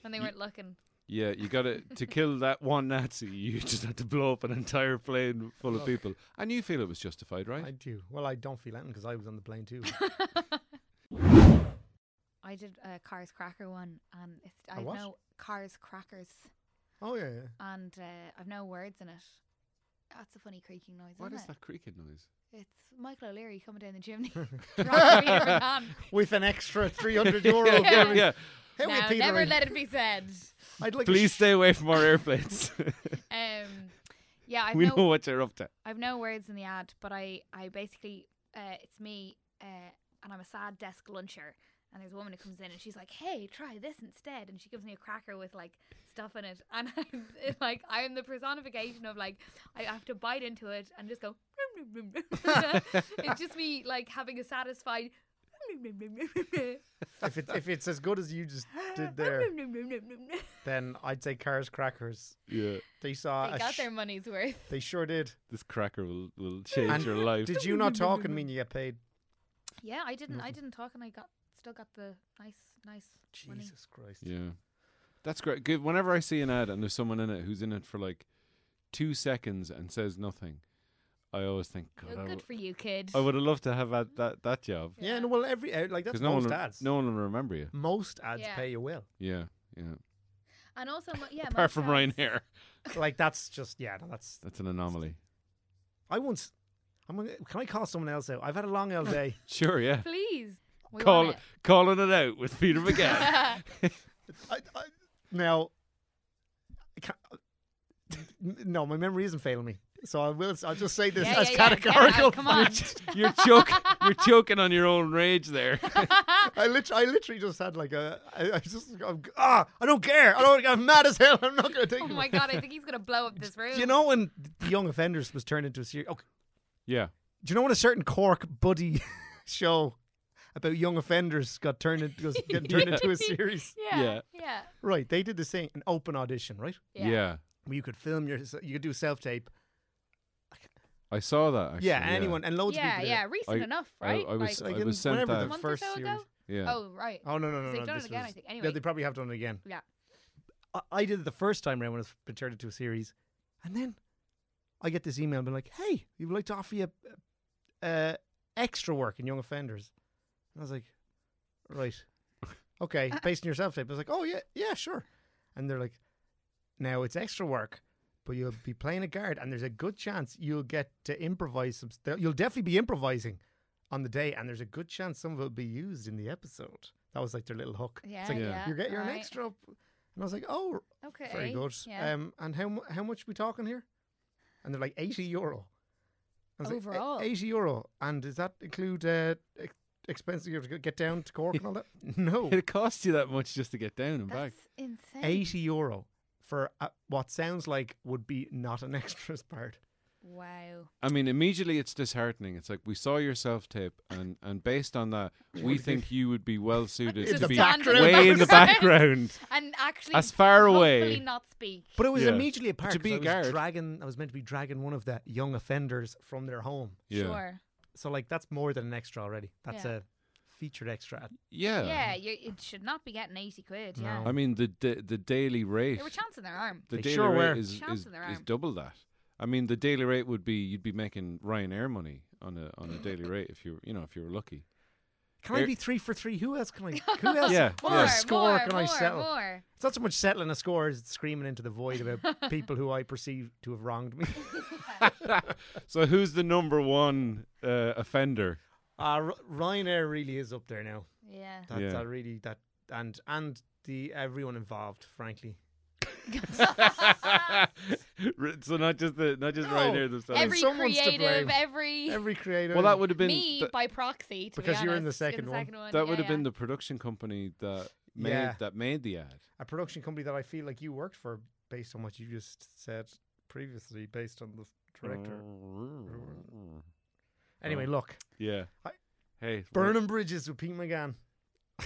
when they weren't looking.
Yeah, you got to to kill that one Nazi. You just had to blow up an entire plane full of
Look.
people, and you feel it was justified, right?
I do. Well, I don't feel anything because I was on the plane too.
I did a Cars Cracker one, and it's, I
what?
know Cars Crackers,
oh yeah, yeah.
and uh, I've no words in it. That's a funny creaking noise.
what
isn't
is
it?
that creaking noise?
It's Michael O'Leary coming down the
[LAUGHS]
chimney. [LAUGHS] Dropping Peter Pan.
with an [LAUGHS] extra three hundred euro.
Yeah.
yeah,
yeah.
yeah.
Hey,
now,
Peter,
never
I'd-
let it be said.
I'd like a
Please
sh-
stay away from our [LAUGHS] airplanes.
Um, yeah, I've
we
no,
know what you're up to.
I've no words in the ad, but I, I basically, uh, it's me, uh, and I'm a sad desk luncher. And there's a woman who comes in and she's like, "Hey, try this instead." And she gives me a cracker with like stuff in it, [LAUGHS] and I'm, it's like I'm the personification of like I have to bite into it and just go. "Rum, rum, rum, [LAUGHS] rum." it's just me like having a satisfied. "Rum, rum, rum, rum, rum."
if it, if it's as good as you just
[LAUGHS]
did there, then I'd say Cars Crackers.
Yeah,
They saw.
They
Uh, a
got
sh-
their money's worth.
they sure [LAUGHS] did.
this cracker will will change
And
your life.
Did you not talk and mean you get paid?
Yeah, I didn't. I didn't talk, and I got still got the nice, nice [LAUGHS] money.
Mm. Jesus Christ.
Yeah, that's great. Good. Whenever I see an ad and there's someone in it who's in it for like two seconds and says nothing, I always think, God, I
Oh, good
w-
for you, kid.
I would have loved to have had that that job
Yeah. no, well, every uh, like that's
no
most
one will-
ads.
no one will remember you.
Most ads
Yeah.
pay you well.
Yeah, yeah.
And also, mo- yeah. most
Apart from
ads-
Ryanair,
Like that's just yeah. No, that's
[LAUGHS] that's an anomaly.
I once. I'm gonna, can I call someone else out? I've had a long L
[LAUGHS]
day.
Sure, yeah.
Please. We
Call
want
calling it out with
[LAUGHS]
Peter McGann.
it.
I, I, now, I can't, n- no, my memory isn't failing me, so I will. I'll just say this
Yeah,
as
yeah, yeah, get out,
categorical.
come on.
you're choking. You're choking on your own rage there.
I literally, I literally just had like a. I, I just I'm, ah, I don't care. I don't. I'm mad as hell. [LAUGHS] I'm not gonna take
[LAUGHS] oh
it.
my god! I think he's gonna blow up this room.
Do you know when the Young Offenders was turned into a series? Okay,
Yeah.
do you know when a certain Cork buddy [LAUGHS] show about young offenders got turned into was
[LAUGHS]
getting turned
Yeah.
into a series?
Yeah.
Yeah.
Yeah.
Right, they did the same an open audition, right?
Yeah.
yeah,
Where you could film your, you could do self tape.
I saw that. Actually.
Yeah, anyone and loads of
Yeah.
people. did it.
yeah, Recent
I-
enough,
I-
right?
I was-
Like
I
in
was sent
whenever
that.
the
Month or
first
so
series.
ago?
Yeah.
oh right.
Oh no no no
They've
no!
done it
this
again,
was-
I think.
yeah,
Anyway.
they probably have done it again.
Yeah.
I, I did it the first time around when it's been turned into a series, and then I get this email, being like, "Hey, we would like to offer you uh, extra work in Young Offenders," and I was like, "Right,
[LAUGHS]
okay." Based on yourself tape, I was like, "Oh yeah, yeah, sure," and they're like, "Now it's extra work." But you'll be playing a guard, and there's a good chance you'll get to improvise some. St- you'll definitely be improvising on the day, and there's a good chance some of it will be used in the episode. That was like their little hook. It's
Yeah.
like,
yeah.
you get your an
right.
extra up. And I was like, oh,
Okay.
very good.
Yeah.
Um, and how mu- how much we talking here? And they're like eighty euro. I was like, "E-
Overall?
eighty euro. And does that include uh, ex- expenses you have to go- get down to Cork and all that? No,
It cost you that much just to get down and back.
Oh. That's insane.
eighty euro for uh, what sounds like would be not an [LAUGHS] extras part.
Wow.
I mean, immediately it's disheartening. It's like we saw your self tape, and and based on that, we think you would be well suited
In
to
the
be
background.
way
[LAUGHS]
in the background,
And actually,
as far
hopefully
away.
not speak.
But it was
Yeah.
immediately a
But
part.
to
'cause
be a
I was
guard-
dragging, I was meant to be dragging one of the young offenders from their home.
Yeah.
Sure.
So like that's more than an extra already. That's
Yeah.
a featured extra at
Yeah.
Yeah. You, it should not be getting eighty quid. Yeah.
No.
I mean, the the, the daily rate.
They were chancing their arm.
The
They
daily
sure were.
rate is,
Chance
is,
in their
is
arm.
double that. I mean, the daily rate would be you'd be making Ryanair money on a on a daily rate if you were- you know if you were lucky.
Can I
Air-
be three for three? Who else can I? [LAUGHS] Who else?
Yeah,
What
yeah.
other score
more,
can
more,
I settle?
More.
It's not so much settling a score as it's screaming into the void [LAUGHS] about people who I perceive to have wronged me.
So who's the number one uh, offender?
[LAUGHS]
[LAUGHS]
Uh, R- Ryanair really is up there now.
Yeah.
That,
Yeah.
that really that and and the everyone involved, frankly.
R- so not just the not just
No.
Ryanair themselves.
Every
someone's to
creative,
blame.
every, [LAUGHS]
Every creator.
well, that would have been
me
th-
by proxy. To be
Because you were in the
honest,
second one.
that
yeah,
would
yeah.
have been the production company that made
Yeah.
that made the ad.
a production company that I feel like you worked for, based on what you just said previously, based on the f- director.
Oh,
Anyway, look,
Mm. Yeah.
I-
Hey, [LAUGHS]
burning bridges with Pete McGann.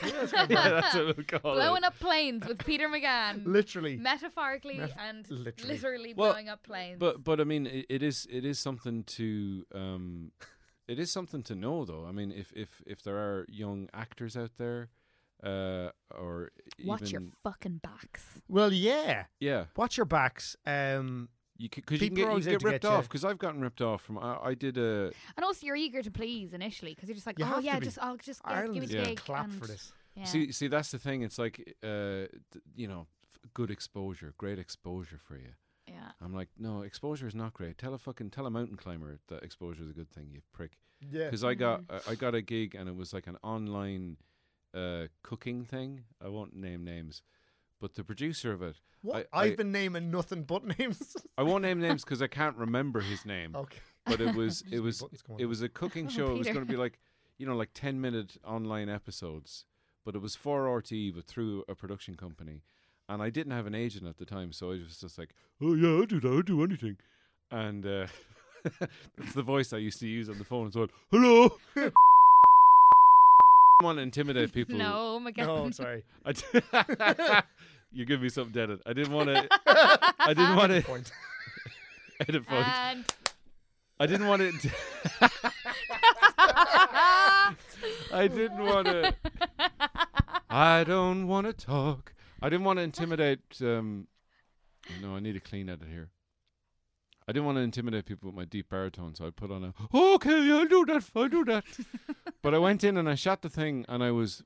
yeah, that's what we'll call
blowing
it.
up planes
[LAUGHS]
with Peter
Mm.
McGann,
Literally,
metaphorically
Meth-
and literally,
literally.
Well,
blowing up planes.
But but I mean, it, it is it is something to um, it is something to know though. I mean, if if if there are young actors out there uh, or
Watch your
even
fucking backs.
Well, yeah.
yeah,
Watch your backs. Um,
you because you
People
can get,
are
you
always
get
out to
ripped
get
off.
you.
Because I've gotten ripped off from I, I did a
And also, you're eager to please initially because you're just like,
You
oh
have to
yeah,
be.
just I'll just yeah,
Ireland
give me
is
the
Yeah.
going
gig
to clap
and-
for this.
Yeah.
see see that's the thing. It's like uh, th- you know, f- good exposure, great exposure for you.
yeah.
I'm like, no, exposure is not great. Tell a fucking tell a mountain climber that exposure is a good thing, you prick.
Yeah.
Because I got I I got a gig and it was like an online uh, cooking thing. I won't name names, but the producer of it,
What?
I-
I've
I-
been naming nothing but names. [LAUGHS]
I won't name names because I can't remember his name.
okay.
But it was it was
buttons come on.
it
[LAUGHS]
was a cooking show. It was
Peter.
going to be like you know like ten minute online episodes, but it was for RTE, but through a production company. And I didn't have an agent at the time, so I was just like, oh yeah, I'll do that. I'll do anything. And uh, [LAUGHS] it's the voice I used to use on the phone as well. Hello. [LAUGHS] I want to intimidate people.
No, McGann.
No, sorry.
I d- [LAUGHS] you give me something dead. I didn't want to. I didn't want to
Point.
edit point.
[LAUGHS] And
I didn't want it. I didn't want to. I don't want to talk. I didn't want to intimidate. Um, no, I need a clean edit here. I didn't want to intimidate people with my deep baritone, so I put on a okay, I'll do that, I'll do that. but I went in and I shot the thing, and I was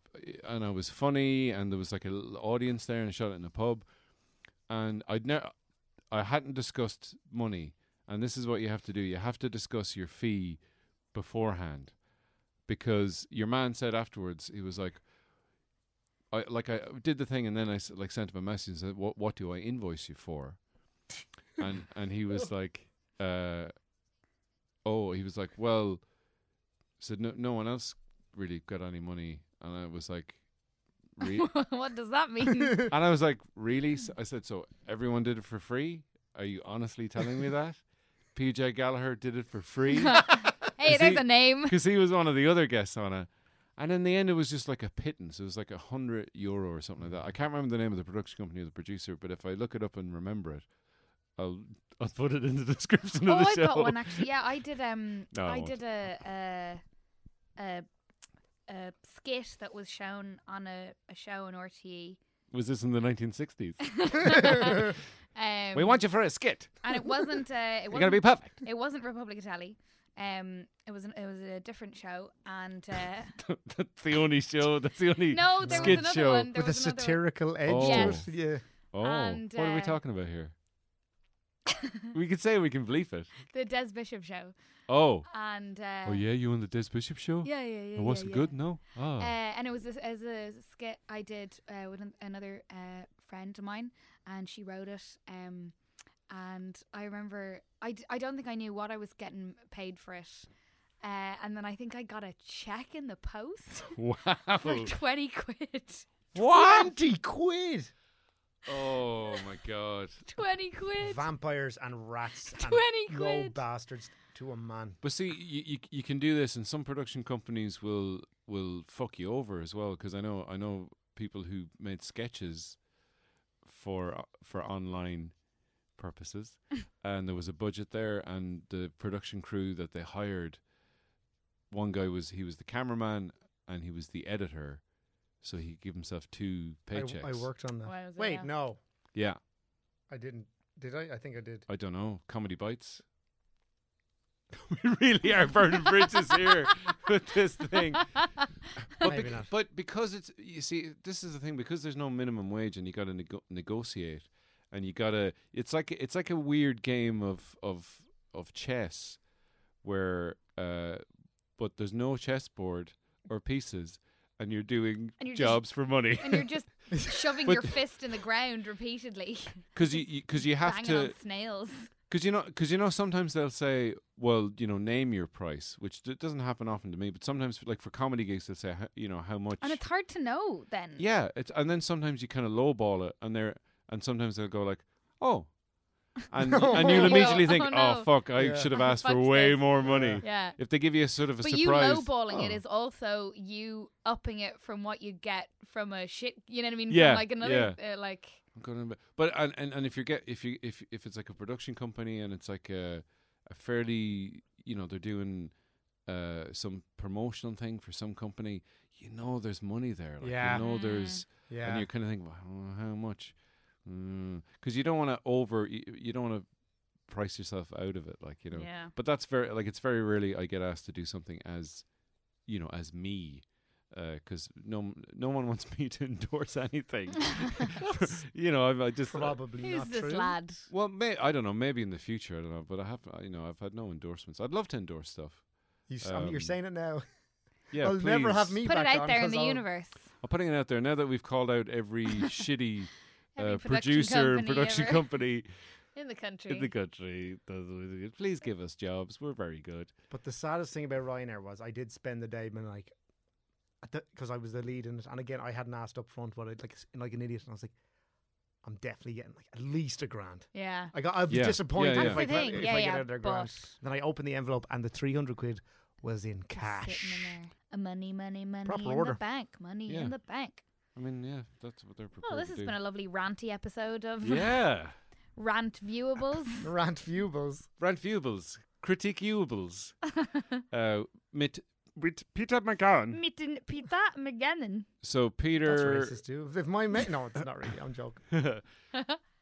and I was funny, and there was like a little audience there, and I shot it in a pub, and I'd never, I hadn't discussed money, and this is what you have to do: you have to discuss your fee beforehand, because your man said afterwards he was like. I like I did the thing and then I s- like sent him a message and said, "What what do I invoice you for?" and and he was like, uh, "Oh, he was like, well, said no no one else really got any money," and I was like, "Re-"
[LAUGHS] what does
[LAUGHS]
that mean?
and I was like, really? So I said, so everyone did it for free? Are you honestly telling me that? PJ Gallagher did it for free
hey,
Is
there's
he-
a [LAUGHS] name.
because he was one of the other guests on it. And in the end, it was just like a pittance. It was like a hundred euro or something like that. I can't remember the name of the production company or the producer, but if I look it up and remember it, I'll [LAUGHS] I'll put it in the description
Oh,
of the
I've
show.
got one actually. Yeah, I did. Um,
No, I
I
won't.
did a a, a a skit that was shown on a, a show on RTE.
[LAUGHS] Was this in
[LAUGHS]
the
E.
1960s? [LAUGHS]
Um,
we want you for a skit.
and it wasn't. Uh, it
[LAUGHS] You're gonna
wasn't.
be perfect.
it wasn't Republic Italy. Um, it was an, it was a different show, and uh,
that's the only show. That's [LAUGHS] the only.
[LAUGHS] no, there
Skit
was another
show.
one. [LAUGHS] There
With a
was another one.
satirical edge
Oh.
to
Yes.
it. Yeah.
Oh,
and,
what are we
uh,
talking about
[LAUGHS]
here? we could say we can bleep it.
the Des Bishop show,
Oh,
and uh,
oh yeah, you on the Des Bishop show? Oh,
yeah, yeah, yeah.
It wasn't
yeah, yeah.
good, no. Ah,
Uh, and it was as, as a skit I did uh, with an, another uh, friend of mine, and she wrote it. Um, and I remember, I, d- I don't think I knew what I was getting paid for it. Uh, and then I think I got a check in the post [LAUGHS] for
[LAUGHS] wow.
20 quid.
Twenty quid.
Oh my god.
20 quid.
Vampires and
[LAUGHS]
rats. and
20
Low
quid.
bastards to a man.
But see, you, you you can do this, and some production companies will will fuck you over as well. Because I know I know people who made sketches for for online purposes, and there was a budget there, and the production crew that they hired, one guy was he was the cameraman and he was the editor, so he gave himself two
I,
paychecks.
I worked on that.
Why was it
Wait,
that?
no,
Yeah,
I didn't. Did I? I think I did.
I don't know. Comedy bites. [LAUGHS] we really are burning bridges [LAUGHS] here with this thing. But,
Maybe
bec-
not.
but because it's you see, this is the thing because there's no minimum wage and you got to nego- negotiate, and you got to it's like it's like a weird game of of of chess, where uh, but there's no chessboard or pieces, and you're doing
And you're just-
jobs
[LAUGHS]
for money [LAUGHS]
And you're just shoving
But-
your fist in the ground repeatedly,
because you because you have
banging
to
on snails.
Because you know, because you know, sometimes they'll say, "Well, you know, name your price," which d- doesn't happen often to me. But sometimes, like for comedy gigs, they'll say, "How- "You know, how much?"
And it's hard to know then.
yeah, it's and then sometimes you kind of lowball it, and they're and sometimes they'll go like,
[LAUGHS]
"Oh," and and you'll
Oh, no.
immedially think, "Oh,
Oh, no.
fuck, I
Yeah.
should have
Oh,
asked for
fuck
way
this.
more money."
Yeah.
If they give you a sort of a
But you
surprise,
lowballing it
"Oh."
is also you upping it from what you get from a shit. You know what I mean?
Yeah,
From like another uh, like.
I'm going to, but and, and and if you get if you if if it's like a production company and it's like a a fairly you know they're doing uh, some promotional thing for some company, you know there's money there. Like,
Yeah.
You know
Mm.
there's, and
Yeah.
you're kind of thinking, well, how much? Because you don't want to over, you, you don't want to price yourself out of it. Like, you
[LAUGHS]
know,
yeah.
but that's very like it's very rarely I get asked to do something as you know as me because no no one [LAUGHS] wants me to endorse
[LAUGHS]
anything. you know, I, I just uh,
Probably
Who's
not
this
true.
lad?
well, may, I don't know. Maybe in the future, I don't know. But I have you know I've had no endorsements. I'd love to endorse stuff.
You, s- I mean, you're
Um,
saying it now.
Yeah,
I'll never have
please.
me
Put it
back
out
on
there in
'cause
the
I'll-
universe.
I'm putting it out there now that we've called
[LAUGHS]
out every shitty
Every
uh,
production
producer and
company
production
ever.
company
[LAUGHS] In the country. [LAUGHS]
in the country. That's- Please give us jobs. We're very good.
But the saddest thing about Ryanair was I did spend the day being like, because I was the lead in it, and again I hadn't asked up front, but I'd like s- like an idiot, and I was like, I'm definitely getting like at least a grand.
yeah.
I got I was
Yeah.
disappointed
Yeah,
if,
yeah.
I,
That's the
gra-
thing.
if
Yeah,
I
yeah,
get out of grand.
but-
Then I opened the envelope, and the 300 quid was in
Sitting
cash.
in there. A money, money, money
Proper
in
order.
the bank. Money
Yeah.
in the bank.
I mean, yeah, that's what they're prepared
Well, this
to
has
do.
been a lovely ranty episode of
yeah.
[LAUGHS] Rant Viewables.
[LAUGHS]
[LAUGHS] Rant Fubles.
Brand Fubels,
[LAUGHS]
Critique Ubels, uh, mit, mit Peter McGowan.
Meeting Peter McGannon.
So
That's
Peter,
racist too. If my mate, no, it's not really. I'm joking.
[LAUGHS]
[LAUGHS]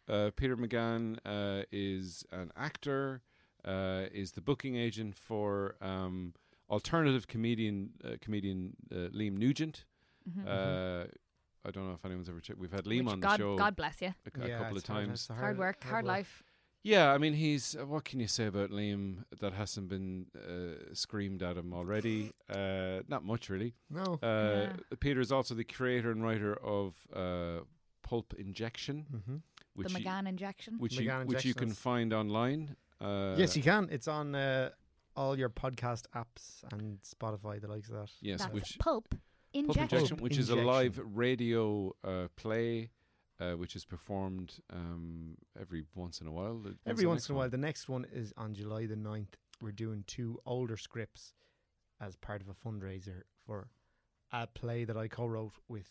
uh, Peter McGann uh, is an actor, uh, is the booking agent for um, alternative comedian uh, comedian uh, Liam Nugent. Uh, I don't know if anyone's ever checked. We've had Liam
Mm-hmm. Which
on the
God,
show
God bless you.
[LAUGHS] a, c- a
Yeah,
couple of
it's hard-
times.
it's a
Hard work, hard life.
Yeah, I mean, he's uh, what can you say about Liam that hasn't been uh, screamed at
[LAUGHS]
him already? Uh, not much, really.
No.
Uh,
Yeah.
Peter is also the creator and writer of uh, Pulp Injection,
mm-hmm.
which
the
you,
McGann injection.
which you
McGann
which you
Injection
can
is-
find online. Uh,
yes, you can. It's on uh, all your podcast apps and Spotify, the likes of that.
yes,
That's
which
pulp
Pulp
injection.
Injection,
Pulp
which is a live
Injection.
radio uh, play. Uh, which is performed um, every once in a while. When's
Every
the
once
next
in a
one?
while. The next one is on July the 9th. We're doing two older scripts as part of a fundraiser for a play that I co wrote with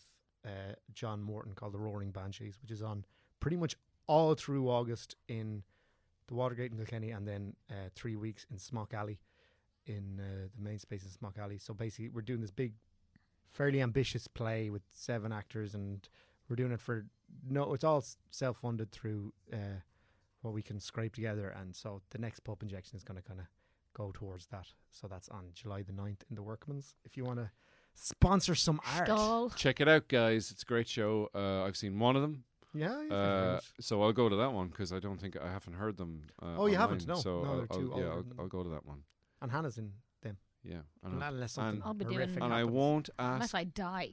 uh, John Morton called The Roaring Banshees, which is on pretty much all through August in the Watergate in Kilkenny and then uh, three weeks in Smock Alley in uh, the main space in Smock Alley. So basically, we're doing this big, fairly ambitious play with seven actors and we're doing it for no, it's all self funded through. Uh, what we can scrape together. And so the next pulp injection is going to kind of go towards that. So that's on July the 9th in the Workman's. If you want to sponsor some art.
Stall.
Check it out, guys. It's a great show. Uh, I've seen one of them.
Yeah. yeah, thank you very
Uh,
much.
so I'll go to that one because I don't think I haven't heard them. Uh,
Oh, you haven't?
online.
No.
So
No,
I'll,
they're too
I'll- yeah,
old
I'll,
and-
I'll go to that one.
and Hannah's in them.
Yeah, and, I'll-
Unless something
and-
I'll be doing-
horrific
and I
happens.
won't ask. [LAUGHS]
Unless I die.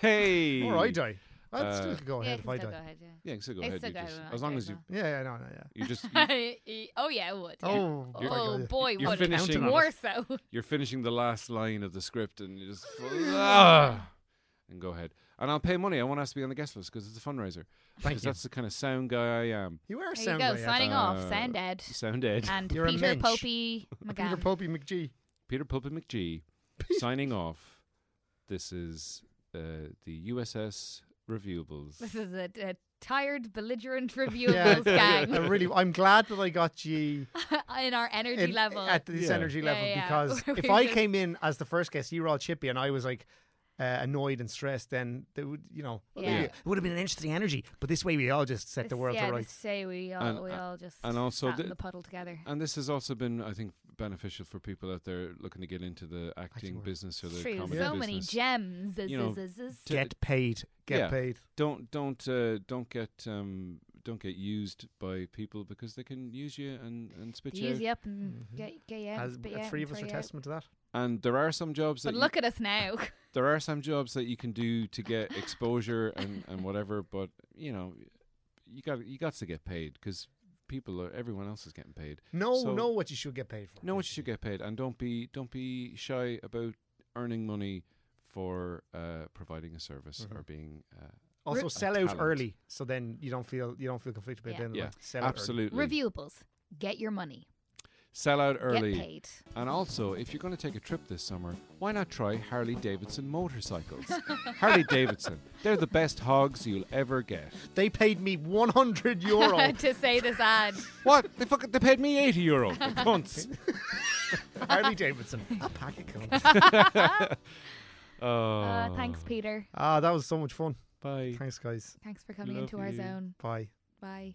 hey,
Or I die. I'd
Uh,
still go ahead if I die.
Yeah, you can still go
It's
ahead.
still
you
go
just-
ahead,
as long
okay,
as you,
fine.
Yeah, yeah, no, no, yeah.
[LAUGHS]
you just
oh yeah, I would. Yeah.
Oh,
Oh,
my God, yeah.
boy,
You're
what a
finishing
count
on
more
it.
so.
you're finishing the last line of the script and you just ah, and go ahead. And I'll pay money. I won't ask to be on the guest list because it's a fundraiser.
Thank
Because
you.
that's the kind of sound guy I am.
You are
There you
sound
go,
guy, Ed.
signing off.
Uh,
Sound Ed
Sound Ed.
and
You're a
Peter
mensch.
Popey
Peter
McGann.
Popey McGee.
Peter Pulpit McGee signing off. This is uh, the USS Reviewables.
This is a, a tired, belligerent
[LAUGHS] Yeah.
reviewables [LAUGHS]
I
gang
really, I'm glad that I got G
in our energy
in-
level.
at this
Yeah.
energy
Yeah,
level
yeah.
because
We
if
[LAUGHS] were
I
just-
came in as the first guest, you were all chippy, and I was like uh, annoyed and stressed, then they would, you know,
Yeah.
it would have been an interesting energy. But this way, we all just set the
This-
world
yeah,
to
this
rights.
Say we all,
And-
we all just
and also
sat
the-
in the puddle together.
And this has also been, I think, beneficial for people out there looking to get into the
Acting
acting
world.
business or the
True,
comedy
so
business.
many gems.
You know,
Zzz, zzz, zzz.
to-
Get paid. Get
Yeah.
paid.
don't don't uh, don't get um, don't get used by people because they can use you and and spit
They
you.
use
out.
you up and
Mm-hmm.
Mhm.
get, get you out.
As,
and spit you out
three
and
of us
throw
are
you out.
testament to that.
And there are some jobs
But
that you-
look at us now. [LAUGHS]
there are some jobs that you can do to get exposure and and whatever. But you know, you got you got to get paid because people are everyone else is getting paid.
No,
So-
know what you should get paid for.
Know what you should get paid, and don't be don't be shy about earning money for uh, providing a service or being uh,
Also,
Re-
Mm-hmm. sell out
Talent.
early, so then you don't feel you don't feel conflicted by
Yeah.
the end of the
Yeah,
month. Sell out early.
absolutely
Reviewables. Get your money.
sell out
Get
early.
paid.
And also, if you're going to take a trip this summer, why not try Harley Davidson motorcycles? [LAUGHS] Harley Davidson, they're the best hogs you'll ever get.
They paid me 100
[LAUGHS]
euro.
[LAUGHS]
to say this ad.
What? They fucking they paid me 80 euro. The cunts.
Harley Davidson. A pack of cunts.
Oh,
Uh, thanks, Peter.
Ah, that was so much fun.
Bye.
Thanks, guys.
Thanks for coming
Love
into our
you.
zone.
Bye.
Bye.